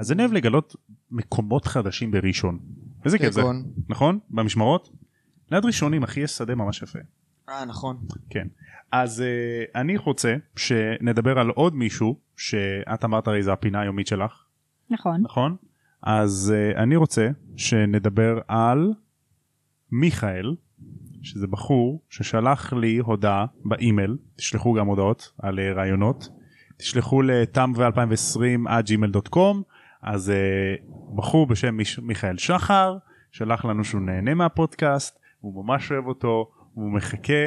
אז אני אוהב לגלות מקומות חדשים בראשון. איזה כיף זה, כגון? נכון? במשמרות? ליד ראשונים אחי יש שדה ממש יפה. אה, נכון. כן. אז uh, אני רוצה שנדבר על עוד מישהו שאת אמרת הרי זה הפינה היומית שלך, נכון. נכון? אז uh, אני רוצה שנדבר על מיכאל, שזה בחור ששלח לי הודעה באימייל, תשלחו גם הודעות על uh, רעיונות, תשלחו לתם ו-2020 עד gmail.com, אז uh, בחור בשם מיש- מיכאל שחר שלח לנו שהוא נהנה מהפודקאסט, הוא ממש אוהב אותו, הוא מחכה.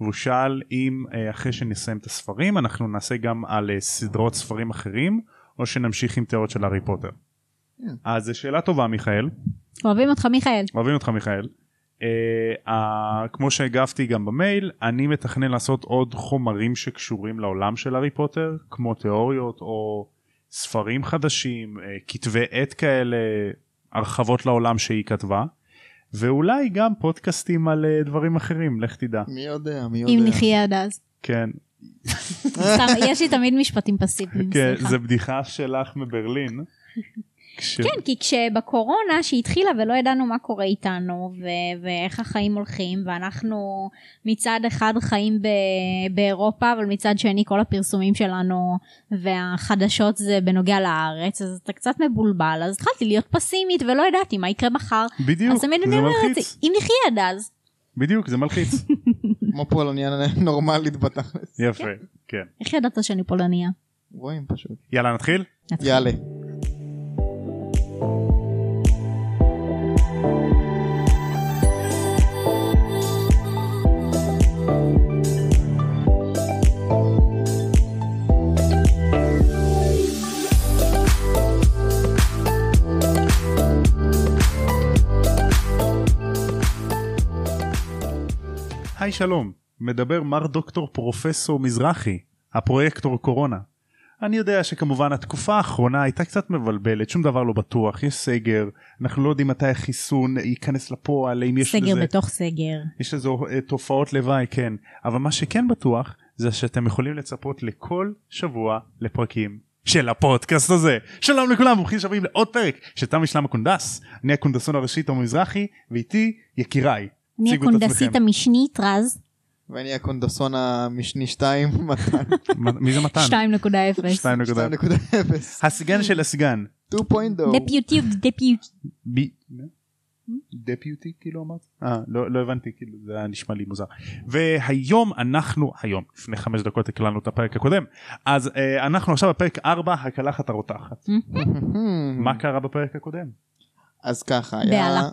והוא שאל אם אה, אחרי שנסיים את הספרים אנחנו נעשה גם על אה, סדרות ספרים אחרים או שנמשיך עם תיאוריות של הארי פוטר. אז זו שאלה טובה מיכאל, אוהבים אותך מיכאל. אוהבים אותך מיכאל. אה, אה, כמו שהגבתי גם במייל, אני מתכנן לעשות עוד חומרים שקשורים לעולם של הארי פוטר, כמו תיאוריות או ספרים חדשים, אה, כתבי עת כאלה, הרחבות לעולם שהיא כתבה, ואולי גם פודקאסטים על אה, דברים אחרים, לך תדע. מי יודע, מי יודע. אם נחיה עד אז. כן, סתם, יש לי תמיד משפטים פסיביים, כן, סליחה. זה בדיחה שלך מברלין. כש- כן, כי כשבקורונה שהתחילה ולא ידענו מה קורה איתנו ו- ואיך החיים הולכים ואנחנו מצד אחד חיים ב- באירופה אבל מצד שני כל הפרסומים שלנו והחדשות זה בנוגע לארץ אז אתה קצת מבולבל אז התחלתי להיות פסימית ולא ידעתי מה יקרה מחר בדיוק, אז תמיד אני זה אומרת מלחיץ. אם נחיה עד אז בדיוק, זה מלחיץ. כמו פולניה נורמלית בתכלס. יפה, כן. איך ידעת שאני פולניה? רואים פשוט. יאללה נתחיל? נתחיל. יאללה. היי שלום, מדבר מר דוקטור פרופסור מזרחי, הפרויקטור קורונה. אני יודע שכמובן התקופה האחרונה הייתה קצת מבלבלת, שום דבר לא בטוח, יש סגר, אנחנו לא יודעים מתי החיסון ייכנס לפועל, אם יש סגר לזה... בתוך סגר. יש לזה אה, תופעות לוואי כן אבל מה שכן בטוח זה שאתם יכולים לצפות לכל שבוע לפרקים של הפודקאסט הזה שלום לכולם ברוכים שבים לעוד פרק של תמי שלמה קונדס אני הקונדסון הראשי תום מזרחי ואיתי יקיריי אני תציגו את הקונדסית עצמכם. המשנית רז ואני הקונדסון המשני 2, מתן מ- מי זה מתן? 2.0. 2.0 2.0. הסגן של הסגן 2.0. דפיוטיוק דפיוט. ב- דפיוטי כאילו אמרת? אה לא, לא הבנתי כאילו זה היה נשמע לי מוזר והיום אנחנו היום לפני חמש דקות הקלנו את הפרק הקודם אז אה, אנחנו עכשיו בפרק 4 הקלחת הרותחת מה קרה בפרק הקודם? אז ככה, היה... בהלה.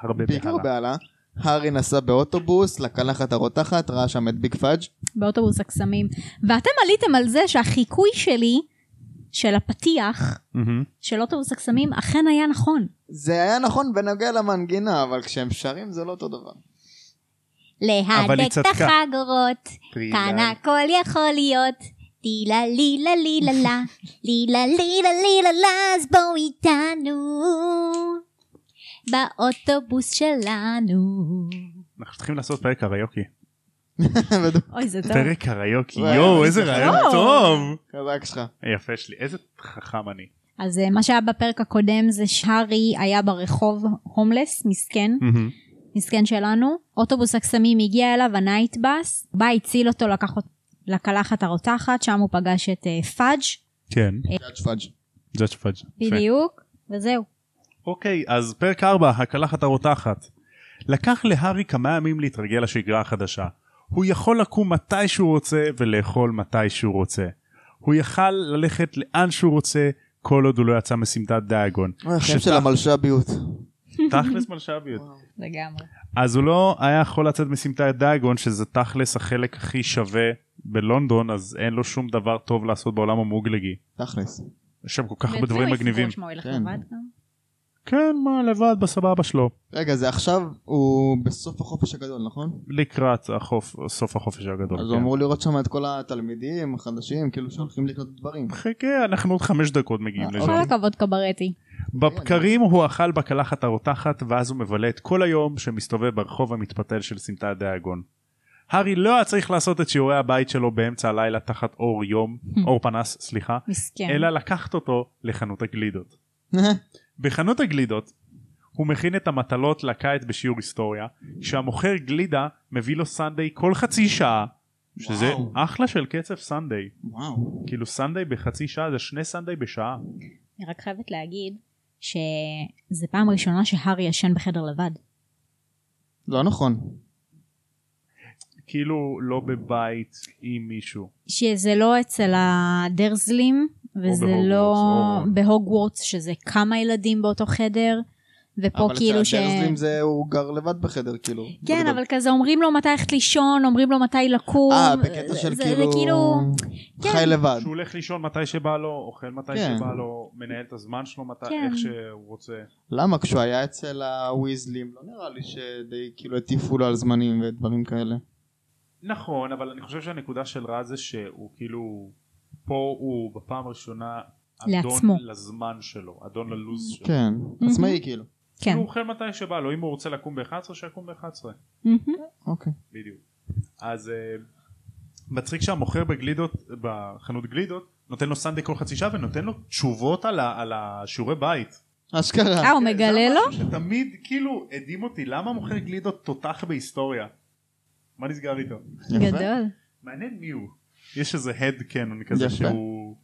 הרבה בעיקר בהלה. בהלה. הארי נסע באוטובוס, לקלחת הרותחת, ראה שם את ביג פאג'. באוטובוס הקסמים. ואתם עליתם על זה שהחיקוי שלי, של הפתיח, מהמם. של אוטובוס הקסמים, אכן היה נכון. זה היה נכון בנוגע למנגינה, אבל כשהם שרים זה לא אותו דבר. אבל היא להדק את צדקה. החגורות, כאן הכל יכול להיות. לילה לילה לילה לה, לילה לילה לילה לה, אז בואו איתנו, באוטובוס שלנו. אנחנו צריכים לעשות פרק קריוקי. אוי, זה טוב. פרק קריוקי, וואי, יואו אני איזה שמחה. רעיון יואו. טוב. חזק שלך. יפה שלי, איזה חכם אני. אז אה, מה שהיה בפרק הקודם זה שהארי היה ברחוב הומלס, מסכן. מהמם. מסכן שלנו. אוטובוס הקסמים הגיע אליו, הנייט בס, בא, הציל אותו, לקח אותו לקלחת הרותחת, שם הוא פגש את אה, פאג' כן. ג'אדג' פאג'. ג'אג' פאג'. יפה. בדיוק, וזהו. אוקיי, אז פרק 4, הקלחת הרותחת. לקח להארי כמה ימים להתרגל לשגרה החדשה. הוא יכול לקום מתי שהוא רוצה ולאכול מתי שהוא רוצה. הוא יכל ללכת לאן שהוא רוצה, כל עוד הוא לא יצא מסמטת דיאגון. השם של שתכ- המלש"ביות. תכלס מלש"ביות. לגמרי. אז הוא לא היה יכול לצאת מסמטת דייגון שזה תכלס החלק הכי שווה בלונדון אז אין לו שום דבר טוב לעשות בעולם המוגלגי. תכלס. יש שם כל כך הרבה דברים מגניבים. כן. כן מה לבד בסבבה שלו רגע, זה עכשיו, הוא בסוף החופש הגדול, נכון? לקראת החוף סוף החופש הגדול. אז כן. הוא אמור לראות שם את כל התלמידים החדשים, כאילו שהולכים לקנות דברים. חכה אנחנו עוד חמש דקות מגיעים אה, לזה. כל הכבוד קברטי. בבקרים הוא אכל בקלחת הרותחת ואז הוא מבלה את כל היום שמסתובב ברחוב המתפתל של סמטת דייגון. הארי לא היה צריך לעשות את שיעורי הבית שלו באמצע הלילה תחת אור יום, Mm. אור פנס, סליחה, מסכן. אלא לקחת אותו לחנות הגלידות. בחנות הגלידות הוא מכין את המטלות לקיץ בשיעור היסטוריה כשהמוכר גלידה מביא לו סנדיי כל חצי שעה שזה וואו. אחלה של קצב סנדיי וואו. כאילו סנדיי בחצי שעה זה שני סנדיי בשעה אני רק חייבת להגיד שזה פעם ראשונה שהארי ישן בחדר לבד. לא נכון. כאילו לא בבית עם מישהו שזה לא אצל הדרזלים, וזה בהוגוורטס, לא או- בהוגוורטס, שזה כמה ילדים באותו חדר, ופה אבל כאילו ש... אצל הדרזלים זה הוא גר לבד בחדר כאילו. כן, בגדול. אבל כזה אומרים לו מתי ללכת לישון, אומרים לו מתי לקום. אה, בקטע זה- של זה- כאילו... זה כאילו... כן. חי לבד. שהוא הולך לישון מתי שבא לו אוכל מתי כן. שבא לו מנהל את הזמן שלו מתי כן. איך שהוא רוצה למה? כשהוא היה אצל הוויזלים, לא נראה לי שדי כאילו הטיפו לו על זמנים ודברים כאלה. נכון אבל אני חושב שהנקודה של רז זה שהוא כאילו פה הוא בפעם הראשונה לעצמו. אדון לזמן שלו אדון ללוז שלו כן. עצמאי כאילו. כן. הוא אוכל מתי שבא לו אם הוא רוצה לקום ב-11 שיקום ב-11 מהמם. אוקיי. בדיוק אז אה, מצחיק שהמוכר בגלידות בחנות גלידות נותן לו סנדק כל חצי שעה ונותן לו תשובות על, ה, על השיעורי בית אה, אשכרה. הוא מגלה לו? כן, שתמיד כאילו הדהים אותי למה מוכר גלידות תותח בהיסטוריה מה נסגר איתו יפה. גדול. מעניין מי הוא יש איזה הד קנון כזה יפה. שהוא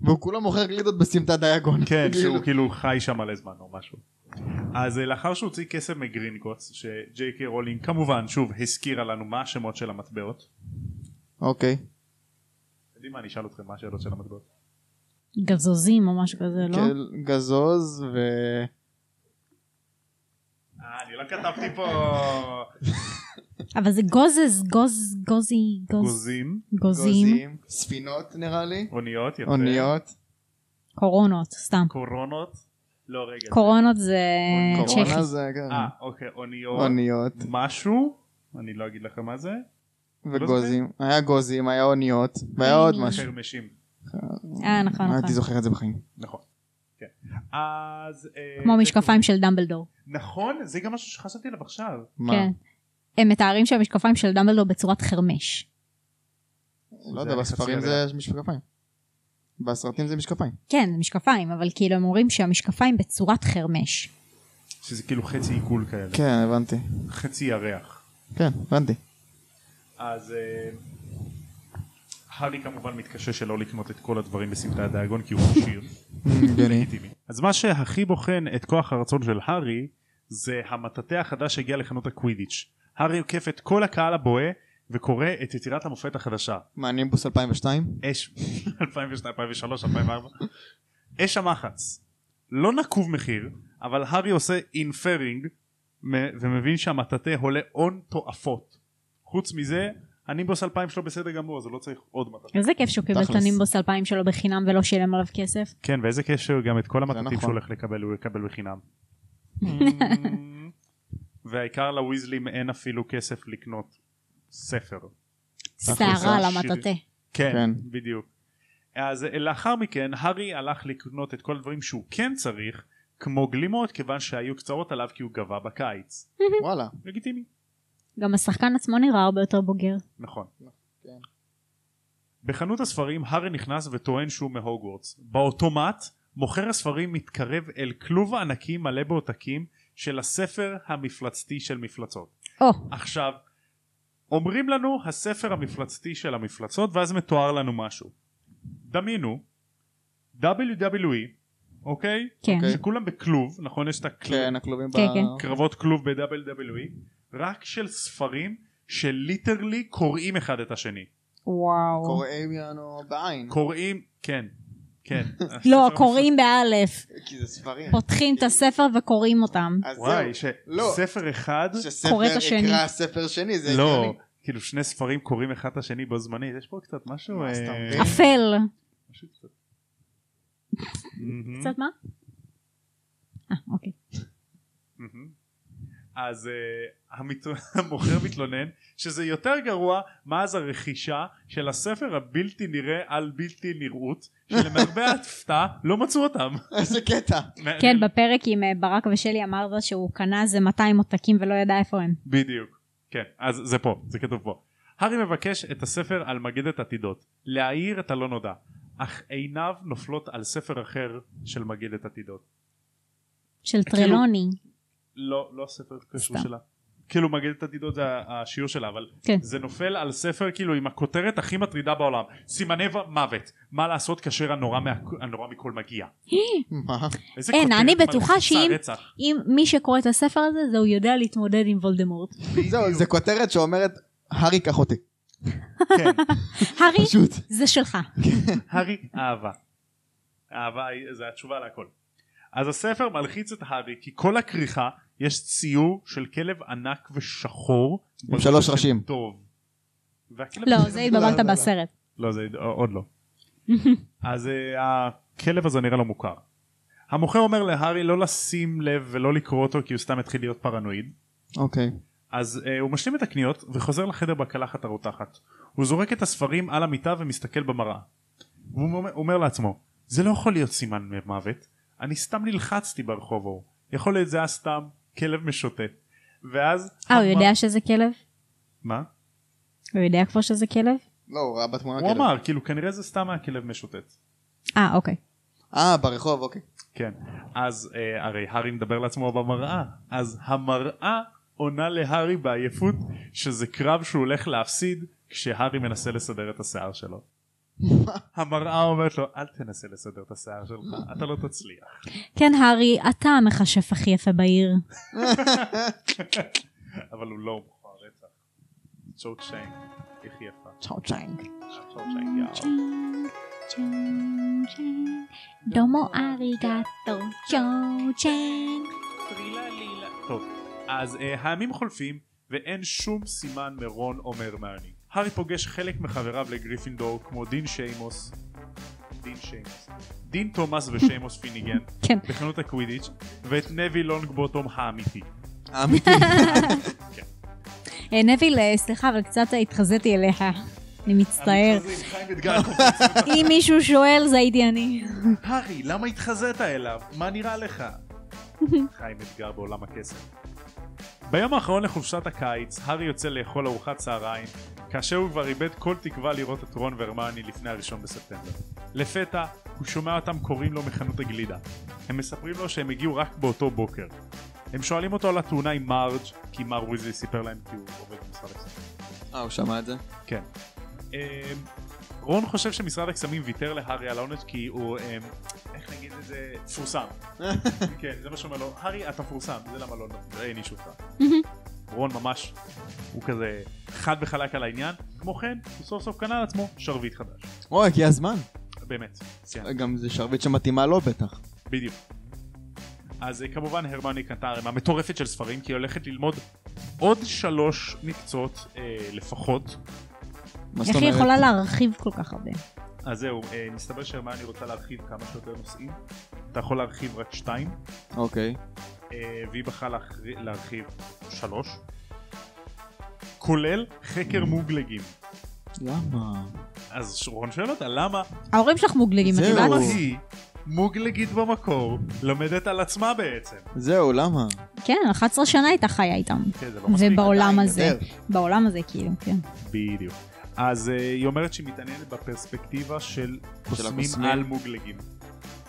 והוא כולה מוכר גלידות בסמטת דיאגון. כן כאילו. שהוא כאילו חי שם מלא זמן או משהו אז אה, לאחר שהוא הוציא כסף מגרינגוטס שג'יי קיי רולינג כמובן שוב הזכירה לנו מה השמות של המטבעות אוקיי. אתם יודעים מה אני אשאל אתכם מה השאלות של המטבעות גזוזים או משהו כזה, לא? כן, גזוז ו... אה, אני לא כתבתי פה אבל זה גוזז, גוז, גוזי, גוז, גוזים גוזים, ספינות נראה לי. אוניות יפה אוניות. קורונות, סתם. קורונות לא רגע קורונות זה קורונה צ'כי. קורונה זה זה- אה כן. אוקיי אוניות אוניות משהו אני לא אגיד לכם מה זה לא וגוזים. היה גוזים, היה אוניות, והיה עוד אוניות. משהו. חרמשים אה, נכון, הייתי נכון. זוכר את זה בחיים. נכון כן. אז אה, כמו זה- משקפיים של דמבלדור. נכון זה גם משהו שחשבתי עליו עכשיו מה? כן. הם מתארים שהמשקפיים של דמבלדור בצורת חרמש. לא זה יודע, היה בספרים חצי זה משקפיים. בסרטים זה משקפיים. כן, זה משקפיים, אבל כאילו הם אומרים שהמשקפיים בצורת חרמש. שזה כאילו חצי עיגול כאלה כן, הבנתי. חצי ירח כן, הבנתי. אז אה, הארי כמובן מתקשה שלא לקנות את כל הדברים בסמטה הדאגון כי הוא עשיר הגיוני. לגיטימי. אז מה שהכי בוחן את כוח הרצון של הארי זה המטאטא החדש שהגיע לחנות הקווידיץ'. הארי עוקף את כל הקהל הבוהה וקורא את יצירת המופת החדשה. מה, נימבוס 2002? אש 2002, 2003, 2004. אש המחץ. לא נקוב מחיר, אבל הארי עושה אינפרינג מ- ומבין שהמטאטא עולה הון תועפות. חוץ מזה, הנימבוס 2000 שלו בסדר גמור, אז הוא לא צריך עוד מטאטא. איזה כיף שהוא קיבל את תכלס. הנימבוס 2000 שלו בחינם ולא שילם עליו כסף. כן, ואיזה קשר גם את כל המטאטאים נכון. שהוא הולך לקבל, הוא יקבל בחינם. והעיקר לוויזלים אין אפילו כסף לקנות ספר. סערה על עשיר. המטאטא. כן, כן. בדיוק. אז אה, לאחר מכן הארי הלך לקנות את כל הדברים שהוא כן צריך, כמו גלימות, כיוון שהיו קצרות עליו כי הוא גבה בקיץ. וואלה. לגיטימי. גם השחקן עצמו נראה הרבה יותר בוגר. נכון. כן. בחנות הספרים הארי נכנס וטוען שהוא מהוגוורטס. באוטומט מוכר הספרים מתקרב אל כלוב ענקי מלא בעותקים של הספר המפלצתי של מפלצות. או, עכשיו אומרים לנו הספר המפלצתי של המפלצות ואז מתואר לנו משהו דמיינו WWE אוקיי כן. אוקיי. שכולם בכלוב נכון יש את כן, הכלובים ב... כן, כן. הקרבות כלוב ב-WWE רק של ספרים שליטרלי קוראים אחד את השני וואו. קוראים יענו בעין. קוראים כן כן לא, הספר קוראים באלף. כי זה ספרים. פותחים את הספר וקוראים אותם. המפלצ- אז וואי זהו. לא. שספר אחד שספר קורא את השני. יקרא ספר שני, זה לא הגיוני. כאילו שני ספרים קוראים אחד את השני בו זמנית יש פה קצת משהו מה, אז אתה אה, מבין? אפל. משהו קצת- מהמם. קצת מה? אה, אוקיי. מהמם. אז uh, המת... המוכר מתלונן שזה יותר גרוע מאז הרכישה של הספר הבלתי נראה על בלתי נראות שלמרבה ההפתעה לא מצאו אותם. איזה קטע. כן, בפרק עם אה, ברק ושלי אמרת שהוא קנה איזה 200 עותקים ולא ידע איפה הם. בדיוק. כן, אז זה פה, זה כתוב פה. הארי מבקש את הספר על מגדת עתידות, להאיר את הלא נודע, אך עיניו נופלות על ספר אחר של מגדת עתידות. של טרלוני. לא, לא ספר קשור סתם. שלה. כאילו מגדת עתידות זה ה- השיעור שלה, אבל כן. זה נופל על ספר כאילו עם הכותרת הכי מטרידה בעולם, סימני ו- מוות, מה לעשות כאשר הנורא, מה... הנורא מכל מגיע. מה? איזה אין, כותרת אני בטוחה מלחיצה, שאם- רצח. אם מי שקורא את הספר הזה, זהו יודע להתמודד עם וולדמורט. זהו, זה כותרת שאומרת, הארי קח אותי. כן. הארי, פשוט. זה שלך. הארי אהבה. אהבה היא- זה התשובה להכל. אז הספר מלחיץ את הארי כי כל הכריכה יש ציור של כלב ענק ושחור. עם שלוש בגודל של ראשים. טוב. והכלב- לא, זה לא, התבלבלת לא. בסרט. לא, זה עוד לא. אז אה, הכלב הזה נראה לו מוכר. המוכר אומר להארי לא לשים לב ולא לקרוא אותו כי הוא סתם התחיל להיות פרנואיד. אוקיי. אז uh, הוא משלים את הקניות וחוזר לחדר בקלחת הרותחת. הוא זורק את הספרים על המיטה ומסתכל במראה. הוא אומר, אומר לעצמו, זה לא יכול להיות סימן מוות, אני סתם נלחצתי ברחוב ההוא. יכול להיות זה היה סתם כלב משוטט. ואז... אה, הוא המ- יודע שזה כלב? מה? הוא יודע כבר שזה כלב? לא, הוא ראה בתמונה הוא אמר, כאילו כנראה זה סתם היה כלב משוטט. אה, אוקיי. אה, ברחוב, אוקיי. כן. אז אה, הרי הארי מדבר לעצמו במראה, אז המראה עונה להארי בעייפות שזה קרב שהוא הולך להפסיד כשהארי מנסה לסדר את השיער שלו. המראה אומרת לו אל תנסה לסדר את השיער שלך אתה לא תצליח. כן, הארי, אתה המכשף הכי יפה בעיר. אבל הוא לא מוכר רצח. צ'וק שיין, איך היא יפה. צ'או צ'יינג. צ'וק שיין, יאו. דומו אריגטו, צ'וצ'ן. טוב, אז אה, הימים חולפים ואין שום סימן מרון או מהרמני. הארי פוגש חלק מחבריו לגריפינדור כמו דין שיימוס, דין שיימוס, דין תומאס ושיימוס פיניגן כן. בחנות הקווידיץ' ואת נבי לונגבוטום האמיתי. אמיתי. אה, נביל, אה, סליחה, אבל קצת התחזיתי אליך. אני מצטער. המתחזים, חיים אתגר, קופץ. אם מישהו שואל, זה הייתי אני. הארי, למה התחזית אליו? מה נראה לך? חיים אתגר בעולם הכסף. ביום האחרון לחופשת הקיץ, הארי יוצא לאכול ארוחת צהריים, כאשר הוא כבר איבד כל תקווה לראות את רון והרמני לפני הראשון בספטמבר. לפתע, הוא שומע אותם קוראים לו מחנות הגלידה. הם מספרים לו שהם הגיעו רק באותו בוקר. הם שואלים אותו על התאונה עם מרג', כי מר ויזלי סיפר להם כי הוא עובד במשרד הכספים. אה, הוא שמע את זה? כן. אמ, רון חושב שמשרד הקסמים ויתר להארי על העונש כי הוא, אמ, איך נגיד את זה, מפורסם. כן, זה מה שאומר לו, הארי אתה מפורסם, זה למה לא הענישו אותך. רון ממש, הוא כזה חד וחלק על העניין, כמו כן, הוא סוף סוף קנה לעצמו שרביט חדש. אוי, הגיע הזמן. באמת, ציין, אה, גם זה שרביט שמתאימה לו בטח. בדיוק. אז אה, כמובן הרמני קנתה ערימה מטורפת של ספרים, כי היא הולכת ללמוד עוד שלוש מקצועות אה, לפחות, מה זאת איך היא אומרת? יכולה להרחיב כל כך הרבה? אז זהו, אה, מסתבר שהרמני רוצה להרחיב כמה שיותר נושאים. אתה יכול להרחיב רק שתיים, אוקיי. אה, והיא בחרה להחר- להרחיב שלוש. כולל חקר מוגלגים. למה? אז ש- רון שואל אותה, למה ההורים שלך מוגלגים, את זהו. למה יודעת? היא מוגלגית במקור לומדת על עצמה בעצם? זהו, למה? כן, 11 שנה הייתה חיה איתם. כן, זה לא מספיק. ובעולם עדיין, הזה, יותר. בעולם הזה כאילו, כן. בדיוק. אז אה, היא אומרת שהיא מתעניינת בפרספקטיבה של קוסמים הקוסמים. על מוגלגים.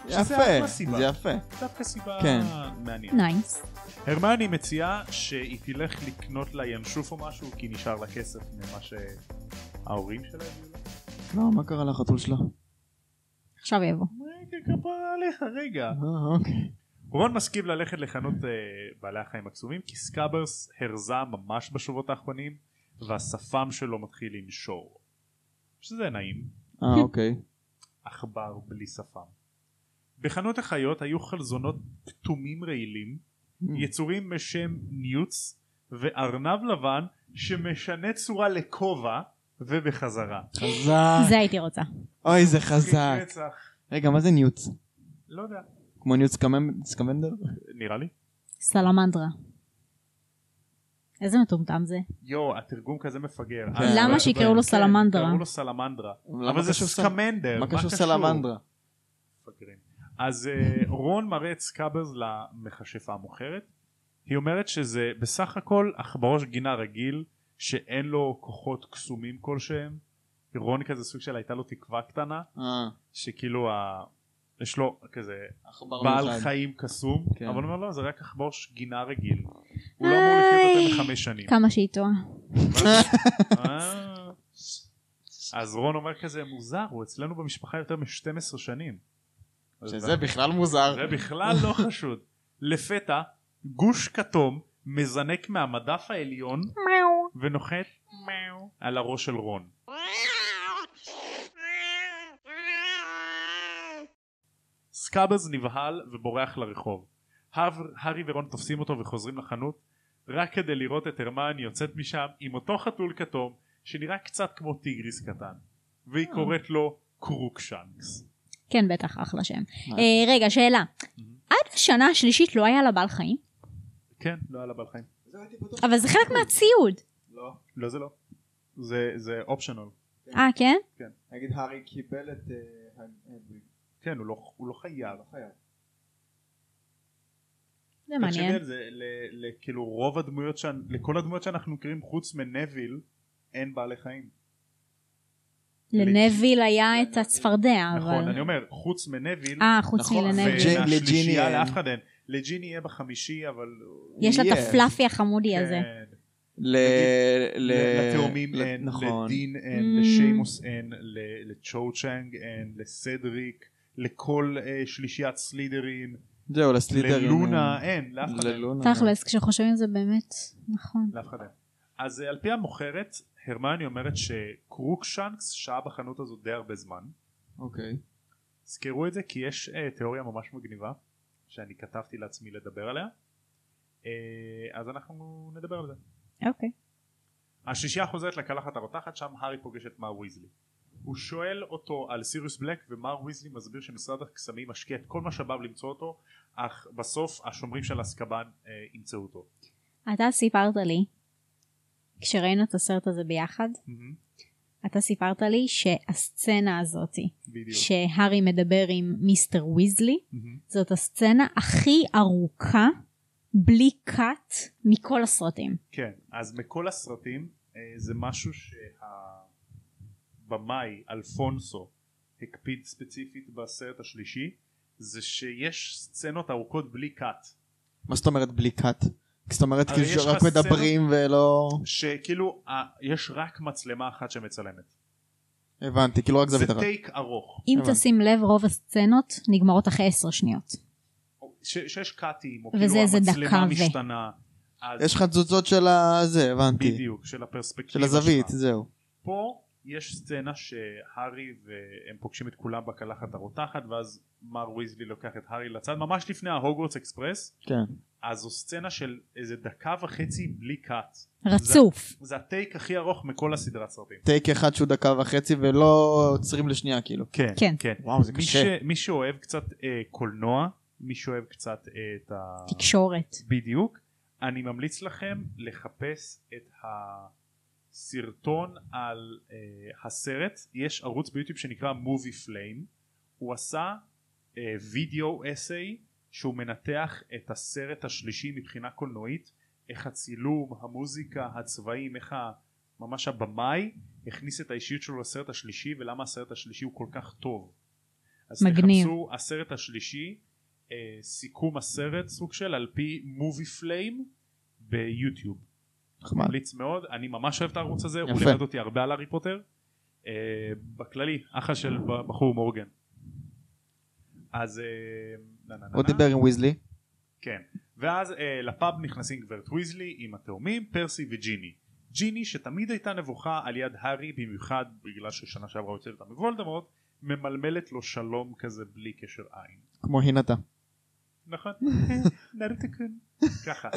שזה אחלה יפה, סיבה. זה יפה. דווקא סיבה כן. מעניינת. נייס. הרמני מציעה שהיא תלך לקנות לה ינשוף או משהו כי נשאר לה כסף ממה שההורים שלה הביאו לה. לא, מה קרה לחתול שלה? עכשיו יבוא. רגע, כפרה עליך רגע. אה, אוקיי. רון מסכים ללכת לחנות אה, בעלי החיים הקסומים כי סקאברס הרזה ממש בשבועות האחרונים והשפם שלו מתחיל לנשור. שזה נעים, אה, אוקיי. עכבר בלי שפם. בחנות החיות היו חלזונות כתומים רעילים Hmm. יצורים בשם ניוץ וארנב לבן שמשנה צורה לכובע ובחזרה. חזק. זה הייתי רוצה. אוי, זה חזק. רצח. רגע, מה זה ניוץ? לא יודע. כמו ניוץ קממ- סקמנדר? נראה לי. סלמנדרה. איזה מטומטם זה. יואו, התרגום כזה מפגר. כן. אה, למה אבל- שיקראו לו כן, סלמנדרה? קראו לו סלמנדרה. למה אבל זה קשור סל- סקמנדר. מה קשור סלמנדרה? מפגרים. אז אה, רון מראה את סקאברס למכשפה המוכרת. היא אומרת שזה בסך הכל עכברוש גינה רגיל שאין לו כוחות קסומים כלשהם. רון כזה סוג של הייתה לו תקווה קטנה אה, שכאילו ה... יש לו כזה עכבר בעל מיוחד. חיים קסום כן. אבל הוא אומר לא זה רק עכבר גינה רגיל. הוא לא אמור לחיות איי. יותר מחמש שנים. כמה שהיא טועה. אה. אז רון אומר כזה מוזר הוא אצלנו במשפחה יותר מ-12 שנים. שזה בכלל מוזר. זה בכלל לא חשוד. לפתע גוש כתום מזנק מהמדף העליון מיאו. ונוחת על הראש של רון. סקאבז נבהל ובורח לרחוב. הב- הארי ורון תופסים אותו וחוזרים לחנות רק כדי לראות את הרמן יוצאת משם עם אותו חתול כתום שנראה קצת כמו טיגריס קטן והיא קוראת לו קרוקשנקס. כן, בטח, אחלה שם. מה? אה, רגע, שאלה. עד השנה השלישית לא היה לה בעל חיים? כן, לא על הבעל חיים. אבל זה חלק מהציוד. לא. לא זה לא. זה זה אופשנל. אה, כן? נגיד הארי קיבל את אה, הדוויג. כן, הוא לא- הוא לא חייב. זה מעניין. תחשבי על זה, ל- ל- כאילו רוב הדמויות, שאנ- לכל הדמויות שאנחנו מכירים חוץ מנביל, אין בעלי חיים. לנביל היה את הצפרדע, נכון, אבל... אני אומר, חוץ מנביל, אה, חוץ נכון, מלנביל. וג'י- לג'יני ומהשלישייה אין. לאף אחד אין. לג'יני יהיה בחמישי, אבל... יש לה את יהיה. הפלאפי החמודי הזה. כן. ל... ל... לתאומים אה, ל- אין, נכון. לדין Mm. אין, לשיימוס אין, ל- לצ'ו צ'אנג אין, לסדריק, לכל אה, שלישיית סלידרין, זהו, לסלידרים. אה. ללונה אין, לאף אחד לא- אין. ללונה. תכלס, כשחושבים על זה באמת, נכון. לאף אחד אין. אז אה, על פי המוכרת, הרמיוני אומרת שקרוקשנקס שהה בחנות הזאת די הרבה זמן. אוקיי. זכרו את זה כי יש אה, תיאוריה ממש מגניבה שאני כתבתי לעצמי לדבר עליה. אה, אז אנחנו נדבר על זה. אוקיי. השישייה חוזרת לקלחת הרותחת שם הארי פוגש את מר ויזלי. הוא שואל אותו על סיריוס בלק ומר ויזלי מסביר שמשרד הקסמים משקיע את כל משאביו למצוא אותו אך בסוף השומרים של אסקבן אה, ימצאו אותו. אתה סיפרת לי, כשראינו את הסרט הזה ביחד, אתה סיפרת לי שהסצנה הזאתי, בדיוק. שהארי מדבר עם מיסטר ויזלי, מהמם. זאת הסצנה הכי ארוכה, בלי קאט, מכל הסרטים. כן, אז מכל הסרטים אה, זה משהו שהבמאי אלפונסו הקפיד ספציפית בסרט השלישי זה שיש סצנות ארוכות בלי קאט מה זאת אומרת בלי קאט? זאת אומרת הרי כאילו יש לך שרק סצנה- מדברים ולא... שכאילו אה, יש רק מצלמה אחת שמצלמת הבנתי, כאילו רק זה זווית אחת. טייק ארוך אם הבנתי. תשים לב, רוב הסצנות נגמרות אחרי עשר שניות. ש, שיש קאטים או וזה כאילו איזה דקה המצלמה ו- משתנה אז יש לך תזוזות של הזה, הבנתי. בדיוק של הפרספקטיבה של הזווית, שלך. זהו. פה יש סצנה שהארי והם פוגשים את כולם בקלחת הרותחת ואז מר ויזלי לוקח את הארי לצד ממש לפני ההוגוורטס אקספרס כן. אז זו סצנה של איזה דקה וחצי בלי קאט רצוף. זה הטייק הכי ארוך מכל הסדרת סרטים טייק אחד שהוא דקה וחצי ולא עוצרים לשנייה כאילו. כן כן. וואו זה מי, ש, קשה. מי שאוהב קצת אה, קולנוע מי שאוהב קצת אה, את ה... תקשורת. בדיוק אני ממליץ לכם לחפש את הסרטון על אה, הסרט יש ערוץ ביוטיוב שנקרא מובי פליים הוא עשה אה, וידאו אסיי שהוא מנתח את הסרט השלישי מבחינה קולנועית איך הצילום המוזיקה הצבעים איך ה... ממש הבמאי הכניס את האישיות שלו לסרט השלישי ולמה הסרט השלישי הוא כל כך טוב אז מגניב. תחפשו הסרט השלישי אה, סיכום הסרט סוג של על פי מובי פליים ביוטיוב. נחמד. ממליץ מאוד, אני ממש אוהב את הערוץ הזה, הוא יפה. לימד אותי הרבה על הארי פוטר. אה, בכללי, אחלה של ב- בחור מורגן. אז... אה, נה, נה, נה, הוא נה. דיבר עם ויזלי. כן. ואז אה, לפאב נכנסים גברת ויזלי עם התאומים, פרסי וג'יני. ג'יני שתמיד הייתה נבוכה על יד הארי במיוחד בגלל ששנה שעברה הוצאת אותה מוולדמורט, ממלמלת לו שלום כזה בלי קשר עין. כמו הינתה. נכון, נרתקון. ככה.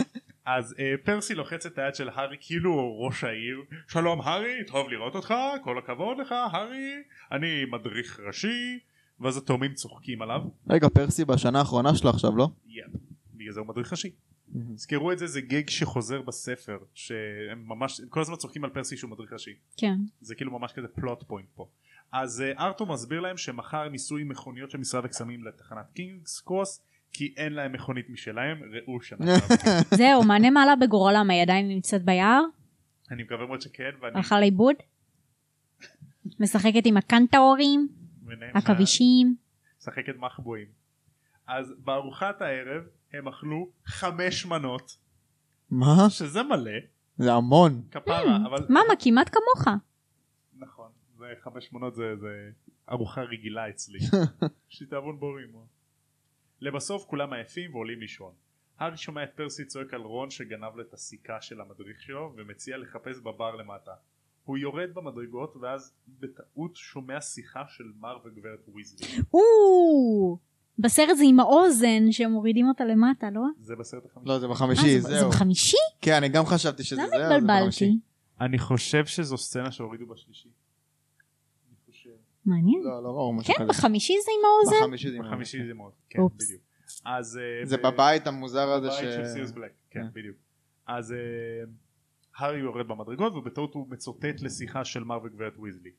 אז אה, פרסי לוחץ את היד של הארי כאילו הוא ראש העיר שלום הארי טוב לראות אותך כל הכבוד לך הארי אני מדריך ראשי ואז התאומים צוחקים עליו רגע פרסי בשנה האחרונה שלו עכשיו לא? יפ, בגלל זה הוא מדריך ראשי Mhm. זכרו את זה זה גג שחוזר בספר שהם ממש הם כל הזמן צוחקים על פרסי שהוא מדריך ראשי כן. זה כאילו ממש כזה פלוט פוינט פה אז אה, ארתור מסביר להם שמחר ניסוי מכוניות של משרד הקסמים לתחנת קינגס קרוס כי אין להם מכונית משלהם ראו שנה שעברה. זהו, מעניין מה עלה בגורלם, היא עדיין נמצאת ביער? אני מקווה מאוד שכן, ואני הלכה לאיבוד? משחקת עם הקנטאורים, מנהל שה- עכבישים. משחקת מחבואים. אז בארוחת הערב הם אכלו חמש מנות, מה? שזה מלא, זה המון. כפרה, אבל... מאמה, כמעט כמוך. נכון, זה חמש מנות זה, זה ארוחה רגילה אצלי. יש לי תיאבון בורים. אה. לבסוף כולם עייפים ועולים לישון. הארי שומע את פרסי צועק על רון שגנב לו את הסיכה של המדריך שלו ומציע לחפש בבר למטה. הוא יורד במדרגות ואז בטעות שומע שיחה של מר וגברת ויזלי. או, בסרט זה עם האוזן שמורידים אותה למטה, לא? זה בסרט החמישי. לא, זה אה, בחמישי, זה- זה זהו. בחמישי? כן, אני גם חשבתי שזה למה זה, אבל זה בחמישי. התבלבלתי? אני חושב שזו סצנה שהורידו בשלישי. אני חושב. מעניין. לא, לא ראו משהו כן, כזה. בחמישי זה עם האוזן? בחמישי זה עם בחמישי זה מאוד. כן, אופס. בדיוק. אז... אה, זה ב- בבית המוזר הזה הבית של ש... סיריוס בלק, כן כן. בדיוק. אז אה, הארי יורד במדרגות ובטעות הוא מצוטט לשיחה של מר וגברת ויזלי.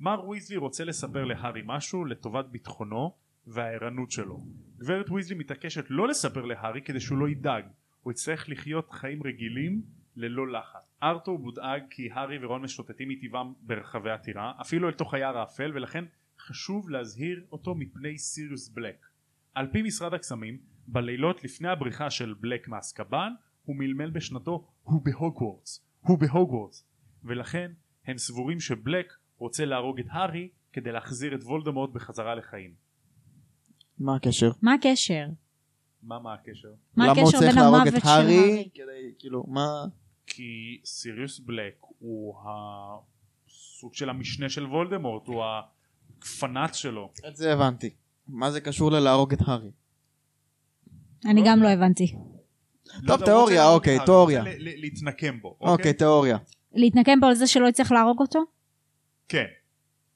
מר ויזלי רוצה לספר להארי משהו לטובת ביטחונו והערנות שלו. גברת ויזלי מתעקשת לא לספר להארי כדי שהוא לא ידאג. הוא יצטרך לחיות חיים רגילים ללא לחץ. ארתור מודאג כי הארי ורון משוטטים מטבעם ברחבי הטירה, אפילו אל תוך היער האפל, ולכן חשוב להזהיר אותו מפני סיריוס בלק. על פי משרד הקסמים, בלילות לפני הבריחה של בלק מאסקבן, הוא מלמל בשנתו הוא בהוגוורטס, הוא בהוגוורטס, ולכן הם סבורים שבלק רוצה להרוג את הארי כדי להחזיר את וולדמורט בחזרה לחיים. מה הקשר? מה הקשר? מה מה הקשר? מה למה הוא הקשר צריך בין להרוג את המוות של הארי? הארי? כדי, כאילו, מה... כי סיריוס בלק הוא הסוג של המשנה של וולדמורט, הוא הפנאט שלו. את זה הבנתי. מה זה קשור ללהרוג את הארי? אני גם לא הבנתי. לא יודע, הוא תיאוריה, רוצה להרוג את אוקיי, הארי, תיאוריה. הוא רוצה ל- ל- להתנקם בו, אוקיי, תיאוריה. להתנקם בו על זה שלא יצטרך להרוג אותו? כן,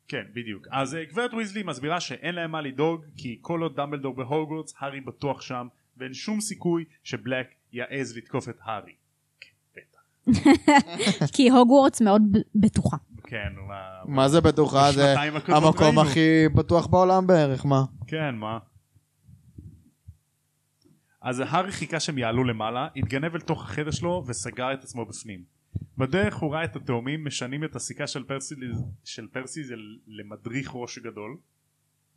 כן, בדיוק. אז אה, גברת ויזלי מסבירה שאין להם מה לדאוג, כי כל עוד דמבלדור בהוגוורטס, הארי בטוח שם, ואין שום סיכוי שבלק יעז לתקוף את הארי. כי הוגוורטס מאוד ב- בטוחה. כן, מה... מה זה בטוחה? זה בשנתיים הקודמות המקום ראינו. הכי בטוח בעולם בערך, מה? כן, מה? אז אה, הארי חיכה שהם יעלו למעלה, התגנב אל תוך החדר שלו וסגר את עצמו בפנים. בדרך הוא ראה את התאומים משנים את הסיכה של פרסי, של פרסי זה למדריך ראש גדול,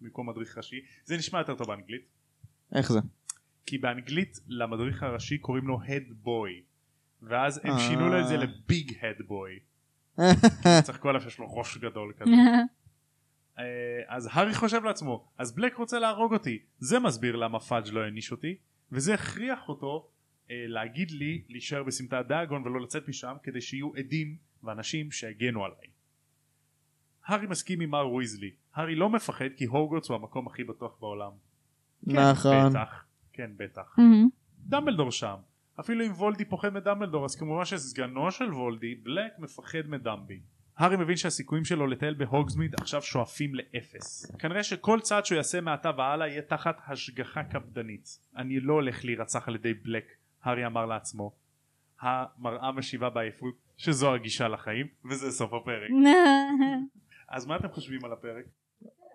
במקום מדריך ראשי. זה נשמע יותר טוב באנגלית. איך זה? כי באנגלית למדריך הראשי קוראים לו Head Boy ואז הם אה. שינו לו את זה לביג Head Boy כן. צחקו עליו שיש לו ראש גדול כזה אה, אז הארי חושב לעצמו אז בלק רוצה להרוג אותי זה מסביר למה פאג' לא העניש אותי וזה הכריח אותו אה, להגיד לי להישאר בסמטת דאגון ולא לצאת משם כדי שיהיו עדים ואנשים שיגנו עליי הארי מסכים עם מר ויזלי הארי לא מפחד כי הורגוטס הוא המקום הכי בטוח בעולם נכון. בטח כן בטח מהמם. דמבלדור שם. אפילו אם וולדי פוחד מדמבלדור אז כמובן שסגנו של וולדי בלק מפחד מדמבי. הארי מבין שהסיכויים שלו לטייל בהוגזמיד עכשיו שואפים לאפס. כנראה שכל צעד שהוא יעשה מעתה והלאה יהיה תחת השגחה קפדנית. אני לא הולך להירצח על ידי בלק, הארי אמר לעצמו. המראה משיבה בעייפות שזו הגישה לחיים וזה סוף הפרק. אז מה אתם חושבים על הפרק?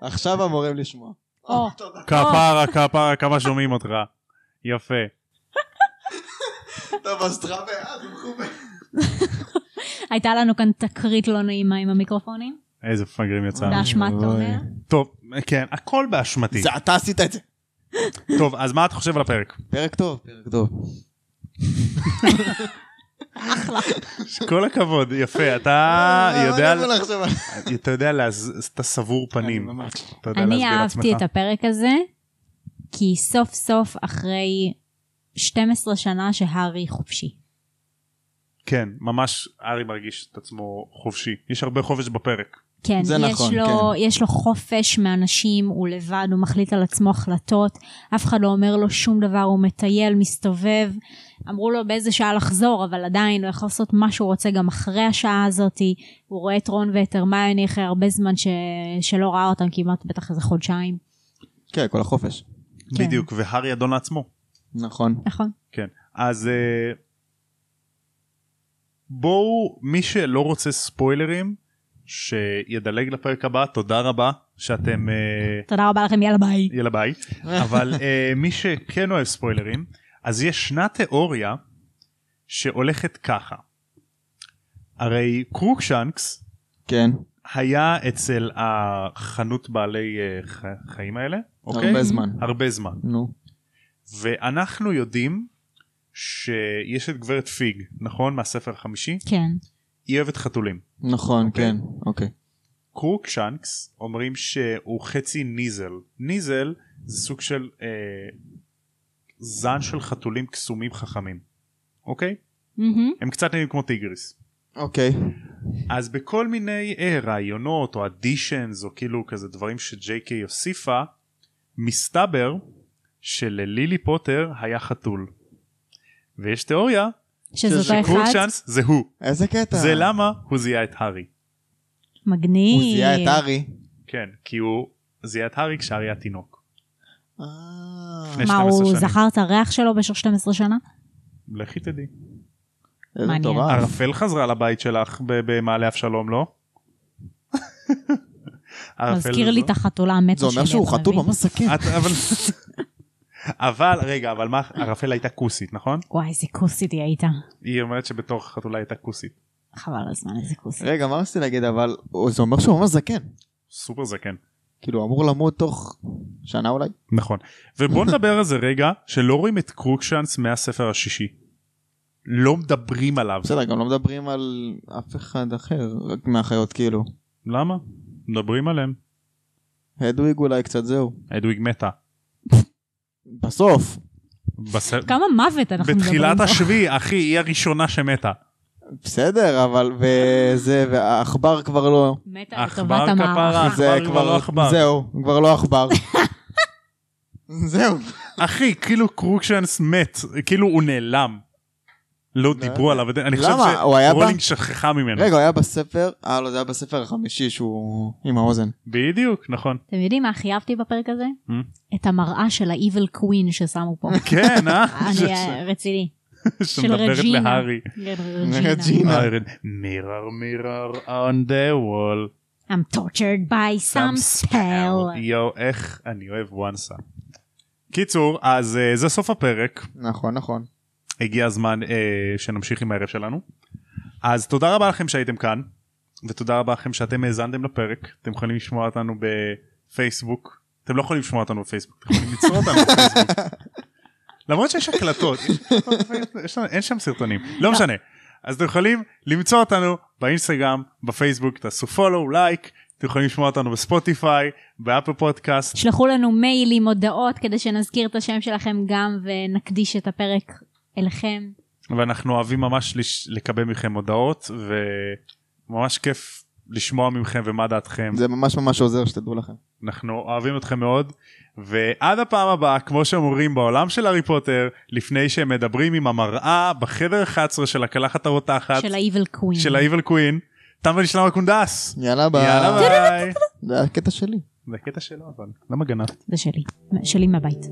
עכשיו אמורים לשמוע. או, כפרה כפרה כמה שומעים אותך. יפה. טוב, אז אה, תראה בעד, מכובד. הייתה לנו כאן תקרית לא נעימה עם המיקרופונים. איזה פגרים יצא. באשמת תומר. טוב כן הכל באשמתי. זה אתה עשית את זה. טוב אז מה אתה חושב על הפרק? פרק טוב, פרק טוב. כל הכבוד יפה אה, אתה אה, יודע מה אני יכול לחשוב על- אתה יודע להז- אתה סבור פנים. אני ממש- אתה יודע אני להסביר אהבתי לעצמך. את הפרק הזה, כי סוף סוף אחרי 12 שנה שהארי חופשי. כן ממש ארי מרגיש את עצמו חופשי יש הרבה חופש בפרק. כן, זה יש, נכון, לו, כן. יש לו חופש מאנשים, הוא לבד, הוא מחליט על עצמו החלטות, אף אחד לא אומר לו שום דבר, הוא מטייל, מסתובב. אמרו לו באיזה שעה לחזור, אבל עדיין הוא יכול לעשות מה שהוא רוצה גם אחרי השעה הזאת. הוא רואה את רון ואת הרמיוני אחרי הרבה זמן ש... שלא ראה אותם, כמעט בטח איזה חודשיים. כן, כל החופש. כן. בדיוק והארי אדון לעצמו. נכון. נכון. כן אז אה, בואו מי שלא רוצה ספוילרים שידלג לפרק הבא תודה רבה שאתם אה, תודה רבה לכם, יאללה ביי. יאללה ביי אבל אה, מי שכן אוהב ספוילרים אז ישנה תיאוריה שהולכת ככה הרי קרוקשנקס כן, היה אצל החנות בעלי אה, ח- חיים האלה, אוקיי? הרבה זמן. הרבה זמן. נו. ואנחנו יודעים שיש את גברת פיג, נכון? מהספר החמישי? כן. היא אוהבת חתולים. נכון, אוקיי. כן, אוקיי. קרוקשנקס אומרים שהוא חצי ניזל. ניזל זה סוג של אה, זן של חתולים קסומים חכמים, אוקיי? מהמם. הם קצת נראים כמו טיגריס. אוקיי. אז בכל מיני אה, רעיונות או אדישנס או כאילו כזה דברים שג'יי קיי הוסיפה מסתבר שללילי פוטר היה חתול. ויש תיאוריה שזאת האחד. שקרוקשנס זה הוא איזה קטע. זה למה הוא זיהה את הארי. מגניב. הוא זיהה את ארי. כן כי הוא זיהה את הארי כשהארי היה תינוק. אה, לפני מה, 12 הוא שנים. זכר את הריח שלו במשך 12 שנה? לכי תדעי. איזה אה. מעניין. מטורף. ערפל חזרה לבית שלך ב- במעלה אבשלום לא? ערפל מזכיר לי זו- את החתולה המתה אה, לא. זה שלי. אומר שהוא אתה חתול מבין? במסכים. את- אבל אבל רגע אבל מה ערפל הייתה כוסית נכון? וואי, איזה כוסית היא הייתה. היא אומרת שבתור חתולה הייתה כוסית. חבל על הזמן, איזה כוסית. רגע, מה רציתי להגיד, אבל הוא- זה אומר שהוא ממש זקן. סופר זקן. כאילו, הוא אמור למות תוך שנה אולי. נכון. ובוא נדבר על זה רגע שלא רואים את קרוקשנס מהספר השישי. לא מדברים עליו. בסדר, גם לא מדברים על אף אחד אחר, רק מהחיות כאילו. למה? מדברים עליהם. הדוויג אולי קצת זהו. אדוויג מתה. בסוף. בס- כמה מוות אנחנו מדברים אה, בתחילת פה. השביעי אחי היא הראשונה שמתה. בסדר, אבל וזה, והעכבר כבר לא. מתה עכבר לטובת המערכה. כפרה. זה העכבר כבר כבר לא עכבר. זהו, הוא כבר לא עכבר. זהו. אחי כאילו קרוקשנס מת כאילו הוא נעלם. לא דיברו עליו אני חושב למה? הוא היה ב- שרולינג שכחה ממנו. רגע, הוא היה בספר, אה לא, זה היה בספר החמישי שהוא עם האוזן. בדיוק נכון. אתם יודעים מה הכי אהבתי בפרק הזה? Mm. את המראה של ה-Evil Queen ששמו פה. כן אה? אני אה, רציני. של שמדברת רג'ינה. להארי. אה, רג'ינה. רג'ינה. מירר מירר on the wall. I'm tortured by some spell. יואו איך אני אוהב וואנסה. קיצור אז אה, זה סוף הפרק נכון, נכון. הגיע הזמן אה, שנמשיך עם הערב שלנו. אז תודה רבה לכם שהייתם כאן ותודה רבה לכם שאתם האזנתם לפרק אתם יכולים לשמוע אותנו בפייסבוק אתם לא יכולים לשמוע אותנו בפייסבוק אתם יכולים לצרוא אותנו בפייסבוק. למרות שיש הקלטות יש הקלטות בפייסבוק, יש לנו- אין שם סרטונים לא משנה אז אתם יכולים למצוא אותנו באינסטגרם בפייסבוק תעשו follow לייק אתם יכולים לשמוע אותנו בספוטיפיי באפל פודקאסט שלחו לנו מיילים, הודעות, כדי שנזכיר את השם שלכם גם ונקדיש את הפרק אליכם. ואנחנו אוהבים ממש לש... לקבל מכם הודעות וממש כיף לשמוע ממכם ומה דעתכם זה ממש ממש עוזר שתדעו לכם. אנחנו אוהבים אתכם מאוד ועד הפעם הבאה כמו שאומרים בעולם של הארי פוטר לפני שהם מדברים עם המראה בחדר 11 של הקלחת הרותחת של ה-Evil Queen. של ה-Evil Queen תם ונשלם הקונדס יאללה ביי. יאללה ביי זה היה הקטע שלי. זה הקטע שלו אבל למה גנבת? זה שלי. שלי מהבית.